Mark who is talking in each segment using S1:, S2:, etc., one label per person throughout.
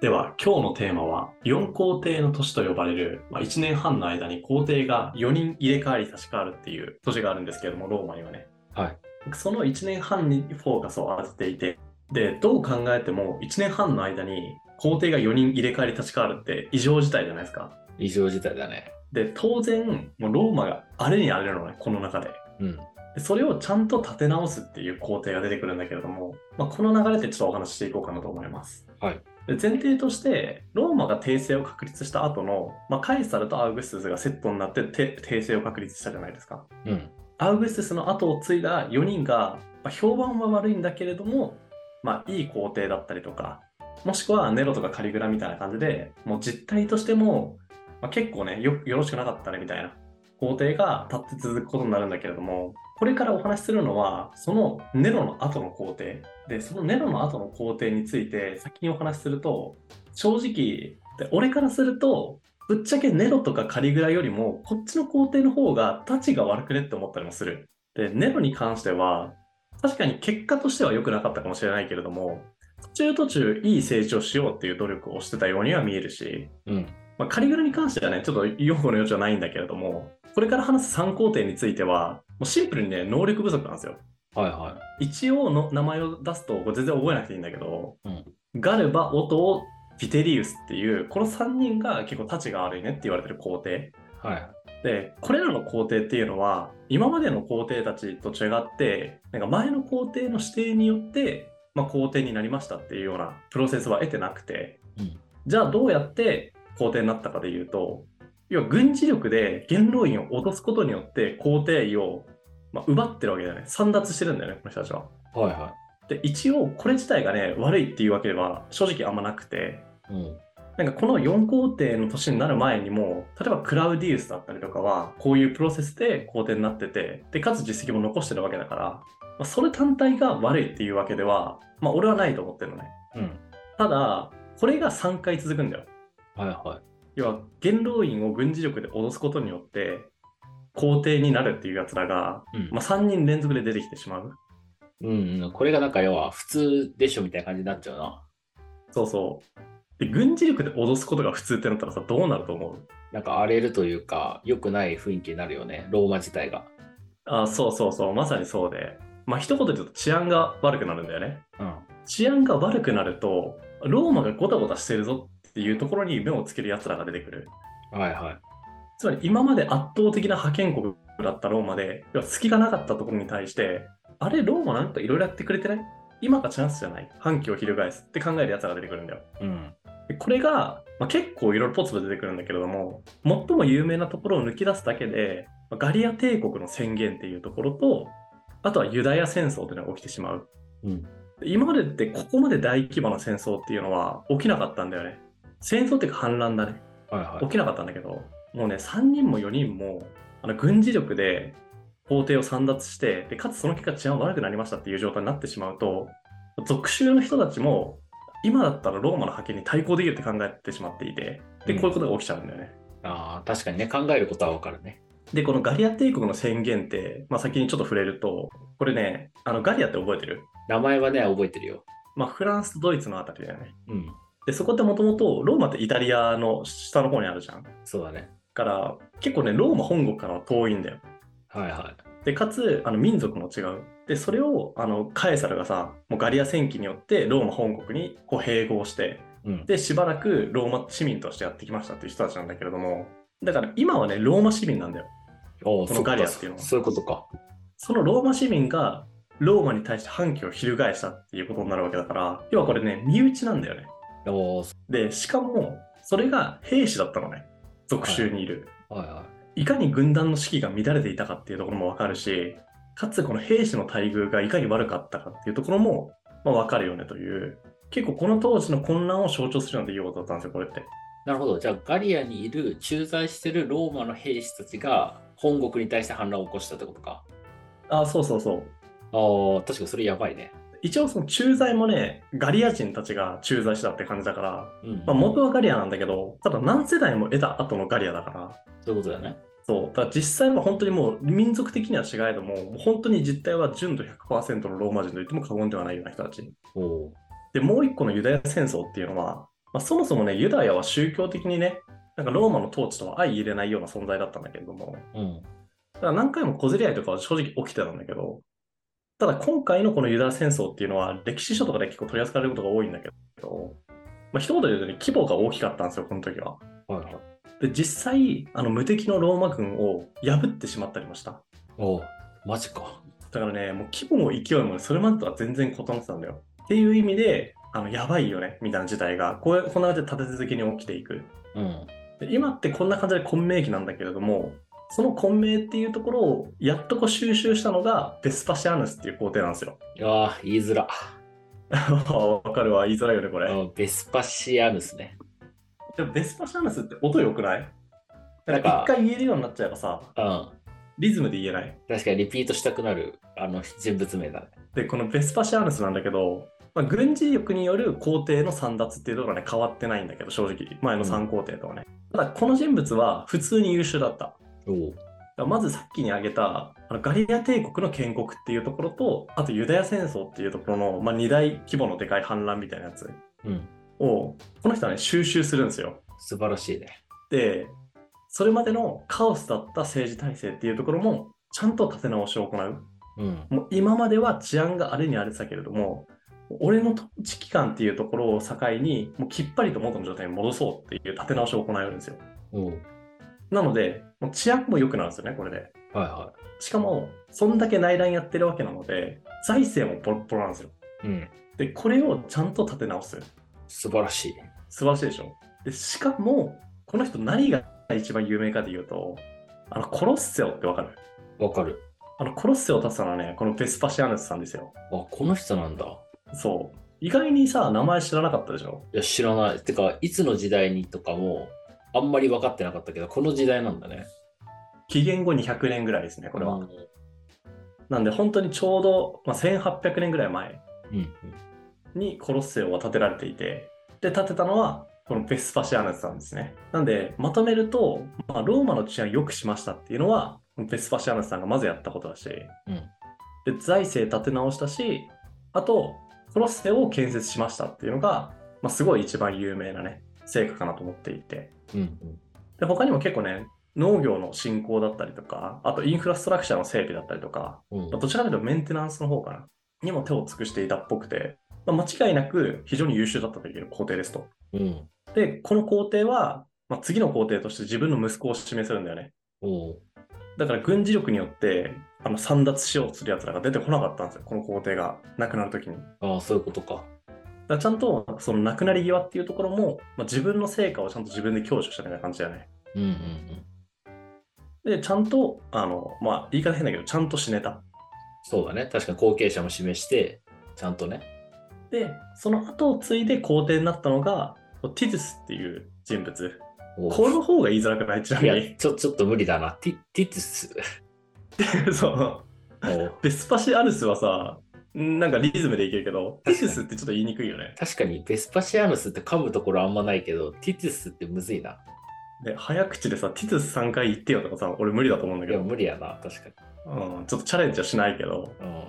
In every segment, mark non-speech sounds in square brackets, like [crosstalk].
S1: では今日のテーマは4皇帝の年と呼ばれる、まあ、1年半の間に皇帝が4人入れ替わり立ち替わるっていう年があるんですけれどもローマにはね
S2: はい。
S1: その1年半にフォーカスを当てていてでどう考えても1年半の間に皇帝が4人入れ替わり立ち替わるって異常事態じゃないですか
S2: 異常事態だね。
S1: で当然もうローマがあれにあれなのねこの中で
S2: うん。
S1: でそれをちゃんと立て直すっていう工程が出てくるんだけれども、まあ、この流れでちょっとお話ししていこうかなと思います。
S2: はい
S1: で前提としてローマが帝政を確立した後の、まあ、カエサルとアウグストゥスがセットになってて帝政を確立したじゃないですか。
S2: うん。
S1: アウグストゥスの後を継いだ4人が、まあ、評判は悪いんだけれども、まあ、いい皇帝だったりとかもしくはネロとかカリグラみたいな感じでもう実態としても、まあ、結構ねよよろしくなかったねみたいな皇帝が立って続くことになるんだけれどもこれからお話しするのはそのネロの後の皇帝でそのネロの後の皇帝について先にお話しすると正直で俺からするとぶっちゃけネロとかカリグラよりもこっちの皇帝の方がたちが悪くねって思ったりもする。でネロに関しては確かに結果としては良くなかったかもしれないけれども途中途中いい成長しようっていう努力をしてたようには見えるし、
S2: うん。
S1: まあ、カリグラに関してはねちょっと擁護の余地はないんだけれどもこれから話す3皇帝についてはもうシンプルにね能力不足なんですよ。
S2: はいは
S1: 一応の名前を出すとこれ全然覚えなくていいんだけど、
S2: うん
S1: ガルバ、オトオ、ビテリウスっていうこの3人が結構たちが悪いねって言われてる皇帝
S2: い。はい。
S1: でこれらの皇帝っていうのは今までの皇帝たちと違ってなんか前の皇帝の指定によって、まあ、皇帝になりましたっていうようなプロセスは得てなくて、
S2: うん
S1: じゃあどうやって皇帝になったかでいうと要は軍事力で元老院を落とすことによって皇帝位を、まあ、奪ってるわけだよね簒奪してるんだよねこの人たちは。
S2: はいは
S1: で一応これ自体がね悪いっていうわけでは正直あんまなくて
S2: い。うん。
S1: なんかこの4皇帝の年になる前にも例えばクラウディウスだったりとかはこういうプロセスで皇帝になっててでかつ実績も残してるわけだから、まあ、それ単体が悪いっていうわけでは、まあ、俺はないと思ってるのね
S2: うん。
S1: ただこれが3回続くんだよ
S2: はいは
S1: 要は元老院を軍事力で脅すことによって皇帝になるっていうやつらが、
S2: い。うん
S1: まあ、3人連続で出てきてしまう
S2: うんうん。これがなんか要は普通でしょみたいな感じになっちゃうな。
S1: そうそう。で、軍事力で脅すことが普通ってなったらさ、どうなると思う
S2: なんか荒れるというか、良くない雰囲気になるよね。ローマ自体が。
S1: あ、そうそうそう、まさにそうで。まあ、一言で言うと治安が悪くなるんだよね。
S2: うん。
S1: 治安が悪くなると、ローマがゴタゴタしてるぞっていうところに目をつける奴らが出てくる。
S2: はいはい。
S1: つまり、今まで圧倒的な覇権国だったローマで、要は隙がなかったところに対して、あれ、ローマなんかいろいろやってくれてない今がチャンスじゃない反旗を翻すって考える奴らが出てくるんだよ。
S2: うん。
S1: でこれが、まあ、結構いろいろポツポツ出てくるんだけれども最も有名なところを抜き出すだけでまあガリア帝国の宣言っていうところとあとはユダヤ戦争というのが起きてしまう
S2: うん。
S1: で今までってここまで大規模な戦争っていうのは起きなかったんだよね戦争っていうか反乱だね
S2: はいは
S1: 起きなかったんだけどもうね3人も4人もあの軍事力で皇帝を簒奪してでかつその結果治安悪くなりましたっていう状態になってしまうと属州の人たちも今だったらローマの覇権に対抗できるって考えてしまっていてで
S2: うん
S1: こういうことが起きちゃうんだよね。
S2: ああ、確かにね、考えることはわかるね。
S1: でこのガリア帝国の宣言って、まあ、先にちょっと触れるとこれねあのガリアって覚えてる、
S2: 名前はね、覚えてるよ。
S1: まあ、フランスとドイツのあたりだよね。
S2: うん。
S1: でそこってもともとローマってイタリアの下の方にあるじゃん。だ
S2: そうだね。
S1: から結構ねローマ本国からは遠いんだよ。
S2: はいはい。
S1: でかつあの民族も違うでそれをあのカエサルがさもうガリア戦記によってローマ本国にこう併合して
S2: うん。
S1: でしばらくローマ市民としてやってきましたっていう人たちなんだけれどもだから今はねローマ市民なんだよ
S2: おお、
S1: この
S2: そっ
S1: ガリア
S2: か。
S1: っていうのは
S2: そういうことか。
S1: そのローマ市民がローマに対して反旗を翻したっていうことになるわけだから要はこれね身内なんだよね
S2: おお、そ
S1: でしかもそれが兵士だったのね属州にいる、
S2: はいはい。
S1: いかに軍団の士気が乱れていたかっていうところもわかるし、かつこの兵士の待遇がいかに悪かったかっていうところも、まあ、わかるよねという、結構この当時の混乱を象徴するような出来事だったんですよ、これって。
S2: なるほど。じゃあ、ガリアにいる駐在してるローマの兵士たちが本国に対して反乱を起こしたってことか。
S1: あそうそうそう。
S2: ああ、確かにそれやばいね。
S1: 一応その駐在もね、ガリア人たちが駐在したって感じだから、
S2: うん。
S1: まあ、元はガリアなんだけど、ただ何世代も得た後のガリアだから、
S2: そういうことだよね。
S1: そう、だから実際は本当にもう民族的には違えども、もう本当に実態は純度100%のローマ人と言っても過言ではないような人たち。
S2: おお。
S1: でもう一個のユダヤ戦争っていうのはまあ、そもそもね、ユダヤは宗教的にね、なんかローマの統治とは相入れないような存在だったんだけれども、
S2: うん。
S1: だから何回も小競り合いとかは正直起きてたんだけど、ただ今回のこのユダヤ戦争っていうのは歴史書とかで結構取り扱われることが多いんだけど、まあ、一言で言うとね、規模が大きかったんですよ、この時は。
S2: はいはい。
S1: で、実際、あの無敵のローマ軍を破ってしまったりもした。
S2: おうマジか。
S1: だからね、もう規模も勢いもそれまでとは全然異なってたんだよ。っていう意味で、あのやばいよね、みたいな事態が、こうこんな感じで立て続けに起きていく。
S2: うん。
S1: で今ってこんな感じで混迷期なんだけれどもその混迷っていうところをやっとこう収集したのがベスパシアヌスっていう皇帝なんですよ。 [laughs]
S2: いやー、言いづら。
S1: わかるわ言いづらいよねこ
S2: う
S1: れ。
S2: んベスパシアヌスね。
S1: でもベスパシアヌスって音良くない
S2: な
S1: なんん
S2: か
S1: か一回言えるようになっちゃえばさ
S2: うん。
S1: リズムで言えない。
S2: 確かにリピートしたくなるあの人物名だね。
S1: でこのベスパシアヌスなんだけど、まあ、軍事力による皇帝の三奪っていうところはね変わってないんだけど正直前の三皇帝とはね。ただこの人物は普通に優秀だった。
S2: おう
S1: だからまずさっきに挙げたあのガリア帝国の建国っていうところとあとユダヤ戦争っていうところの、まあ、2大規模のでかい反乱みたいなやつ
S2: うん。
S1: をこの人はね収集するんですよ。
S2: 素晴らしいね。
S1: でそれまでのカオスだった政治体制っていうところもちゃんと立て直しを行う。
S2: うん。
S1: もう今までは治安があれにあれてたけれども俺の統治機関っていうところを境にもうきっぱりと元の状態に戻そうっていう立て直しを行えるんですよ。
S2: おう
S1: なのでもう治安も良くなるんですよねこれで。
S2: はいは
S1: しかも、そんだけ内乱やってるわけなので、財政もボロッボロなんですよ。
S2: い。うん。
S1: で、これをちゃんと立て直す。
S2: 素晴らしい。
S1: 素晴らしいでしょ。で、しかも、この人何が一番有名かで言うと、あの、コロッセオってわかる
S2: わかる。
S1: あの、コロッセオを建てたのはね、このベスパシアヌスさんですよ。
S2: あ、この人なんだ。
S1: そう。意外にさ、名前知らなかったでしょ。
S2: いや、知らない。てか、いつの時代にとかも、あんまり分かってなかったけど、この時代なんだね。
S1: 紀元後200年ぐらいですね、これは。
S2: うん。
S1: なんで、本当にちょうど、まあ、1800年ぐらい前
S2: うん。
S1: にコロッセオは建てられていてで建てたのはこのベスパシアヌスさんですねなんでまとめると、まあ、ローマの治安良くしましたっていうのはベスパシアヌスさんがまずやったことだし、
S2: うん
S1: で財政立て直したしあとコロッセオを建設しましたっていうのが、まあ、すごい一番有名なね成果かなと思っていて
S2: うん。
S1: で他にも結構ね農業の振興だったりとかあとインフラストラクチャーの整備だったりとか
S2: うん。
S1: まあどちらかというとメンテナンスの方かな、にも手を尽くしていたっぽくて、まあ間違いなく非常に優秀だったという皇帝ですと。
S2: うん。
S1: で、この皇帝は、まあ次の皇帝として自分の息子を指名するんだよね。
S2: おう
S1: だから軍事力によって、あの、散奪しようとする奴らが出てこなかったんですよ。この皇帝が亡くなる時に。だか
S2: ああ、そういうことか。
S1: らちゃんと、その亡くなり際っていうところも、まあ自分の成果をちゃんと自分で享受したみたいな感じだよね。
S2: うんうんうん。
S1: で、ちゃんと、あの、まあ言い方変だけど、ちゃんと死ねた。
S2: そうだね。確かに後継者も示して、ちゃんとね。
S1: で、その後を継いで皇帝になったのが、ティズスっていう人物。
S2: おう
S1: この方が言いづらくないちないみ
S2: や、
S1: に。
S2: ちょ、ちょっと無理だな。ティティティス。
S1: [laughs] そう。
S2: おう
S1: ベスパシアヌスはさ、なんかリズムでいけるけど、ティススってちょっと言いにくいよね。
S2: 確かに、ベスパシアヌスって噛むところあんまないけど、ティティスってむずいな。
S1: で、早口でさ、ティスス3回言ってよとかさ、俺無理だと思うんだ
S2: い
S1: け
S2: や、
S1: ど、
S2: 無理やな。確か
S1: うん、ちょっとチャレンジはしないけど、
S2: に。うん。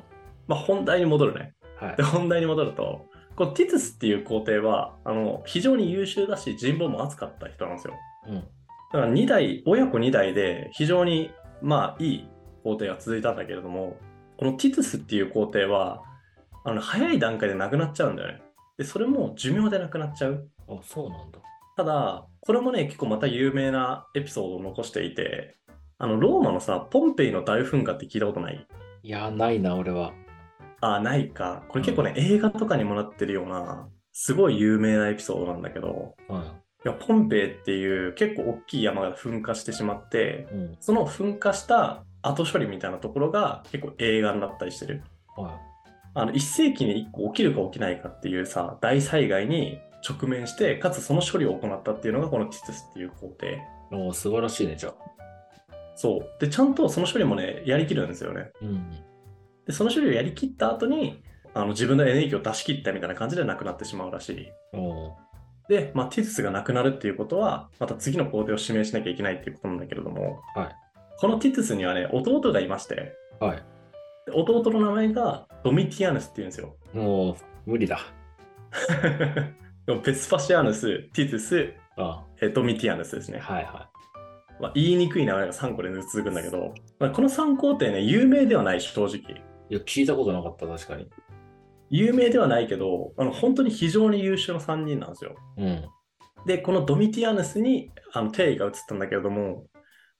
S1: まあ本題に戻るね。
S2: はい
S1: で、。本題に戻ると、このティススっていう皇帝は、あの、非常に優秀だし、人望も厚かった人なんですよ。
S2: うん。
S1: だから2代、親子2代で非常にまあいい皇帝が続いたんだけれども、このティトゥスっていう皇帝は、あの早い段階で亡くなっちゃうんだよね。で、それも寿命で亡くなっちゃう。
S2: あ、そうなんだ。
S1: ただ、これもね、結構また有名なエピソードを残していて、あの、ローマのさ、ポンペイの大噴火って聞いたことない
S2: いや、ないな、俺は。
S1: あ、ないか。これ結構ね、映画とかにもなってるような、すごい有名なエピソードなんだけど、
S2: うん。
S1: いや、ポンペイっていう結構大きい山が噴火してしまって、
S2: うん。
S1: その噴火した後処理みたいなところが結構映画になったりしてる。
S2: は
S1: あの1世紀に1個起きるか起きないかっていうさ大災害に直面してかつその処理を行ったっていうのがこのティトゥスっていう工程。
S2: い。お素晴らしいね、じゃあ。
S1: そうでちゃんとその処理もねやりきるんですよね。
S2: うん。
S1: でその処理をやりきった後にあの自分のエネルギーを出し切ったみたいな感じでなくなってしまうらしい。
S2: お
S1: で、まあ、ティトゥスがなくなるっていうことはまた次の工程を指名しなきゃいけないっていうことなんだけれども、
S2: はい
S1: このティトゥスにはね弟がいまして。
S2: はい。
S1: で弟
S2: [laughs]
S1: の名前がドミティアヌスっていうんですよ。
S2: もう、無理だ。
S1: でもベスパシアヌス、ティトゥス、
S2: あ
S1: えードミティアヌスですね。
S2: はいは
S1: まあ、言いにくい名前が3個連続続くんだけど、まあ、この3工程ね、有名ではないし、正直。
S2: い。いや、聞いたことなかった、確かに。
S1: 有名ではないけど、あの本当に非常に優秀な3人なんですよ。
S2: うん。
S1: で、このドミティアヌスにあの定位が移ったんだけれども、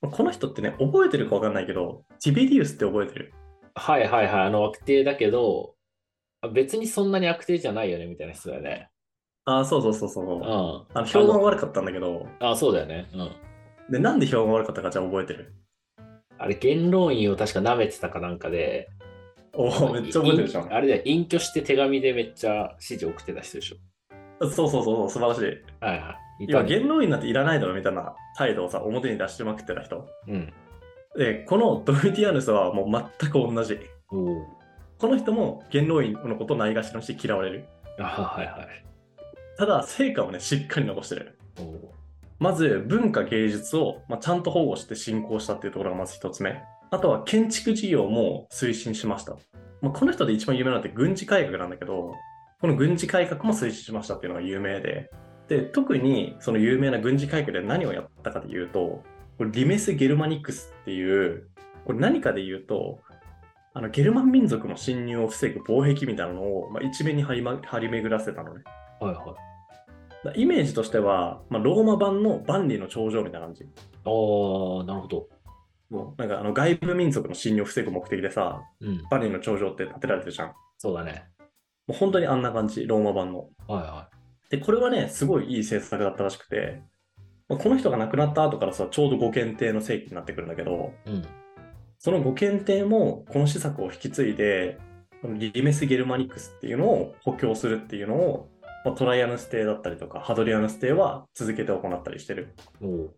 S1: まあこの人ってね、覚えてるかわかんないけど、ジビリウスって覚えてる。
S2: はいはいはい。あの、悪定だけど、あ別にそんなに悪定じゃないよね、みたいな人だよね。
S1: ああ、そうそうそうそう
S2: うん。
S1: そう。
S2: あ
S1: あの評判悪かったんだけど、
S2: あ、そうだよね。うん。
S1: で、なんで評判悪かったかじゃあ覚えてる。
S2: あれ、元老院を確か舐めてたかなんかで、
S1: おお、めっちゃ覚えてるじゃん。
S2: いあれだよ、隠居して手紙でめっちゃ指示送ってた人でしょ。
S1: そうそうそうそう、素晴らしい。
S2: はいはい。い
S1: 今、
S2: たね
S1: 元老院なんていらないだろみたいな態度をさ、表に出してまくってた人。
S2: うん。
S1: で、このドミティアヌスはもう全く同じ。
S2: おお。
S1: この人も元老院のことをないがしろにして嫌われる。
S2: あはいはい。
S1: ただ、成果をね、しっかり残してる。
S2: おお。
S1: まず文化芸術を、まあ、ちゃんと保護して振興したっていうところがまず一つ目。あとは建築事業も推進しました。まあ、この人で一番有名なのって軍事改革なんだけど、この軍事改革も推進しましたっていうのが有名で、で、特にその有名な軍事改革で何をやったかで言うと、これリメス・ゲルマニクスっていう、これ何かで言うと、あのゲルマン民族の侵入を防ぐ防壁みたいなのを、まあ、一面に張り,、ま、張り巡らせたのね。
S2: はいはい。
S1: だイメージとしては、まあ、ローマ版の万里の長城みたいな感じ。
S2: ああ、なるほど。
S1: もうなんかあの外部民族の侵入を防ぐ目的でさ、
S2: うん。
S1: 万里の長城って建てられてるじゃん。も
S2: そうだね。
S1: う本当にあんな感じ、ローマ版の。
S2: はいは
S1: で、これはね、すごいいい政策だったらしくて、まあこの人が亡くなった後からさ、ちょうど五検定の世紀になってくるんだけど、
S2: い。うん。
S1: その五検定もこの施策を引き継いで、このリメス・ゲルマニクスっていうのを補強するっていうのを、まあトライアヌス帝だったりとか、ハドリアヌス帝は続けて行ったりしてる。
S2: おお。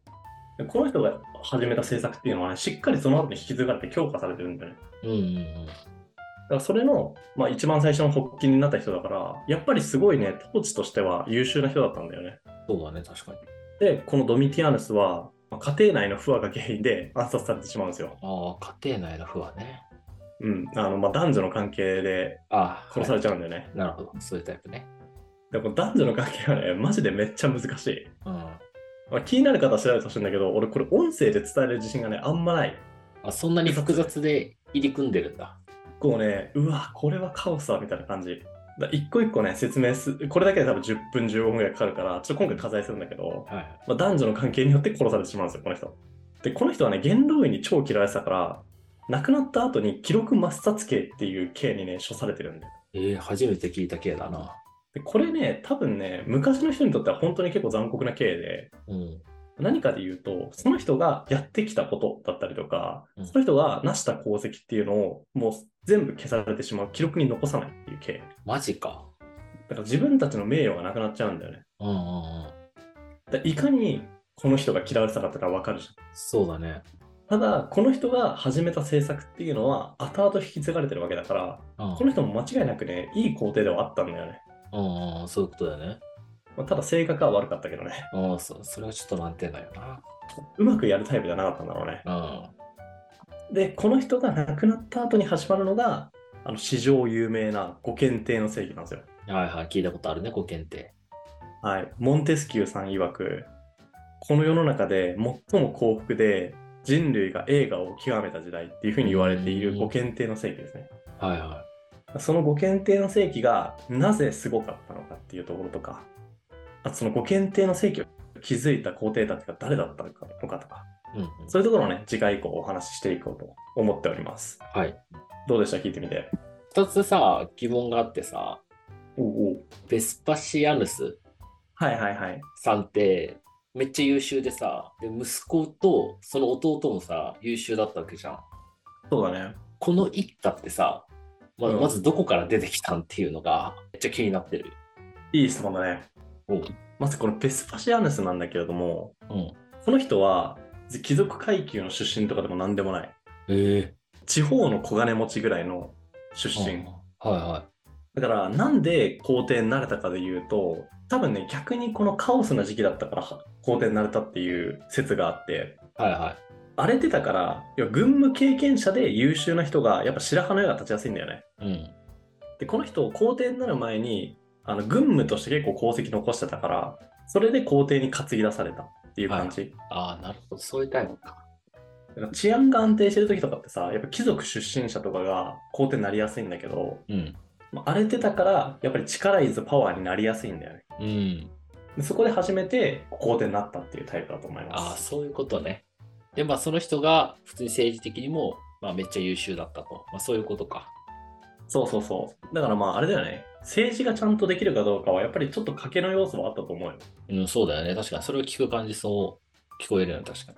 S1: でこの人が始めた政策っていうのはね、しっかりその後に引き継がれて強化されてるんだよね。
S2: うんうんうん。
S1: だからそれの、まあ、一番最初の発起人になった人だから、やっぱりすごいね、当時としては優秀な人だったんだよね。
S2: そうだね、確かに。
S1: で、このドミティアヌスは、まあ家庭内の不和が原因で暗殺されてしまうんですよ。
S2: ああ、家庭内の不安ね。
S1: うん。あの、まあ、男女の関係で
S2: ああ、
S1: 殺されちゃうんだよね。
S2: なるほど。そういうタイプね。
S1: でこの男女の関係はね、マジでめっちゃ難しい。
S2: うん。
S1: まあ、気になる方は調べてほしいんだけど、俺これ音声で伝える自信がね、あんまない。
S2: あ、そんなに複雑で入り組んでるんだ。
S1: こうね、うわ、これはカオスだみたいな感じ。だ一個一個ね、説明す、これだけで多分10分、15分ぐらいかかるから、ちょっと今回課題するんだけど、
S2: はいはい。
S1: まあ、男女の関係によって殺されてしまうんですよ、この人。で、この人はね、元老院に超嫌われてたから、亡くなった後に記録抹殺刑っていう刑にね、処されてるんだよ。
S2: ええ初めて聞いた系だな。
S1: で、これね、多分ね、昔の人にとっては本当に結構残酷な刑で、
S2: うん。
S1: 何かで言うと、その人がやってきたことだったりとか
S2: うん、
S1: その人が成した功績っていうのを、もう全部消されてしまう、記録に残さないっていう刑。
S2: マジか。
S1: だから自分たちの名誉がなくなっちゃうんだよね。
S2: うんうんうん。
S1: だからいかにこの人が嫌われてたかってのは分かるじゃん。
S2: そうだね。
S1: ただ、この人が始めた政策っていうのは後々引き継がれてるわけだから、
S2: うん。
S1: この人も間違いなくね、いい皇帝ではあったんだよね。
S2: うんうん、そういうことだよね。
S1: まあ、ただ、性格は悪かったけどね、
S2: うん、そそれはちょっと難点だよな。
S1: うまくやるタイプじゃなかったんだろうね。
S2: うん。
S1: で、この人が亡くなった後に始まるのが、あの史上有名な五検定の正義なんですよ。
S2: はいはい、聞いたことあるね、古典って。
S1: はい、モンテスキューさん曰く、この世の中で最も幸福で人類が映画を極めた時代っていうふうに言われている
S2: うん
S1: 五検定の世紀ですね。
S2: はいは
S1: その五検定の世紀がなぜすごかったのかっていうところとか、あとその五検定の世紀を築いた皇帝たちが誰だったのかとか、
S2: い。うんうん、
S1: そういうところをね、次回以降お話ししていこうと思っております。
S2: はい。
S1: どうでした聞いてみて。
S2: 二つさ、疑問があってさ、
S1: おうおう
S2: ベスパシアヌス
S1: はいはいはい。
S2: さんって、めっちゃ優秀でさで、息子とその弟もさ、優秀だったわけじゃん。
S1: そうだね。
S2: この一家ってさ、ま
S1: うん
S2: まずどこから出てきたんっていうのが、めっちゃ気になってる。
S1: いい質問だね。
S2: おう
S1: まずこのベスパシアヌスなんだけれども、
S2: うん。
S1: この人は貴族階級の出身とかでも何でもない
S2: ええ
S1: 地方の小金持ちぐらいの出身
S2: はいは
S1: だからなんで皇帝になれたかで言うと多分ね逆にこのカオスな時期だったから皇帝になれたっていう説があって
S2: い。はいはい。
S1: 荒れてたから要は軍務経験者で優秀な人がやっぱ白羽の矢が立ちやすいんだよね
S2: うん。
S1: でこの人皇帝になる前にあの軍務として結構功績残してたから、それで皇帝に担ぎ出されたっていう感じ。
S2: ああ、なるほど。そういうタイプか。
S1: だから治安が安定してる時とかってさ、やっぱ貴族出身者とかが皇帝になりやすいんだけど、
S2: うん。
S1: まあ荒れてたから、やっぱり力いずパワーになりやすいんだよね。
S2: うん。
S1: でそこで初めて皇帝になったっていうタイプだと思い
S2: あ
S1: ま
S2: あ、
S1: す。
S2: そういうことね。で、まあ、その人が普通に政治的にも、まあ、めっちゃ優秀だったと。まあ、そういうことか。
S1: そうそうそう。だからまああれだよね。政治がちゃんとできるかどうかは、やっぱりちょっと賭けの要素はあったと思うよ。
S2: うん、そうだよね。確かに。それを聞く感じ、そう聞こえるよね。確か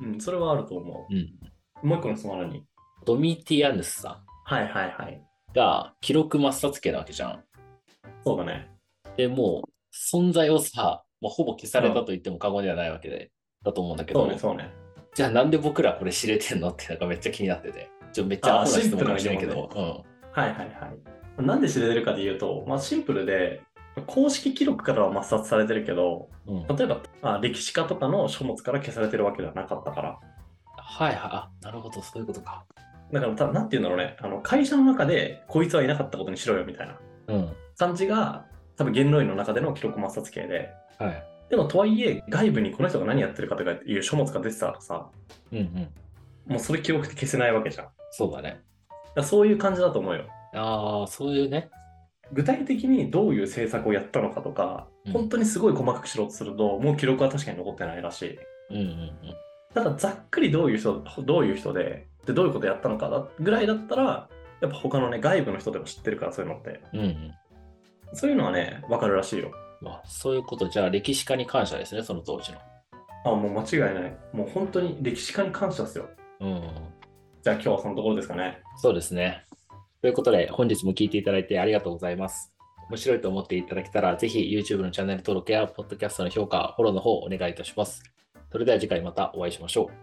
S1: うん、それはあると思
S2: に。
S1: う。
S2: うん。
S1: もう一個の質問は何
S2: ドミティアヌスさ
S1: はいはいはい。
S2: んが記録抹殺刑なわけじゃん。
S1: そうだね。
S2: でもう、存在をさ、まあ、ほぼ消されたと言っても過言ではないわけで、だと思うんだけ
S1: そ
S2: ど、
S1: うね、そうね。
S2: じゃあなんで僕らこれ知れてんのってなんかめっちゃ気になってて。ちょめっち
S1: あー
S2: ゃアホな質問かもしれないけ
S1: シン
S2: ど。
S1: はいはいはい。なんで知れてるかで言うと、まあ、シンプルで、公式記録からは抹殺されてるけど、
S2: うん。うん、はい
S1: 例えば、あ歴史家とかの書物から消されてるわけではなかったから。
S2: はい。あ、なるほど、そういうことか。
S1: だから、たなんて言うんだろうね、あの会社の中で、こいつはいなかったことにしろよみたいな
S2: うん。
S1: 感じが、多分元老院の中での記録抹殺系で。
S2: はい。
S1: でも、とはいえ、外部にこの人が何やってるかとかいう書物が出てたらさ、
S2: うんうん。
S1: もうそれ記録って消せないわけじゃん。だか
S2: そうだね。
S1: らそういう感じだと思うよ。
S2: ああ、そういうね。
S1: 具体的にどういう政策をやったのかとか、
S2: うん
S1: 本当にすごい細かくしろとすると、もう記録は確かに残ってないらしい。
S2: うんうんうん。
S1: ただ、ざっくりどういう人、どういう人で、でどういうことやったのかだぐらいだったら、やっぱ他のね、外部の人でも知ってるから、そういうのって。
S2: うんうん。
S1: そういうのはね、わかるらしいよ。
S2: まあ、そういうこと。じゃあ、歴史家に感謝ですね、その当時の。
S1: あ、もう間違いない。もう本当に歴史家に感謝ですよ。
S2: うん。
S1: じゃあ今日はそのところですかね。
S2: そうですね。ということで、本日も聞いていただいてありがとうございます。面白いと思っていただけたら、ぜひ YouTube のチャンネル登録や、ポッドキャストの評価、フォローの方お願いいたします。それでは次回またお会いしましょう。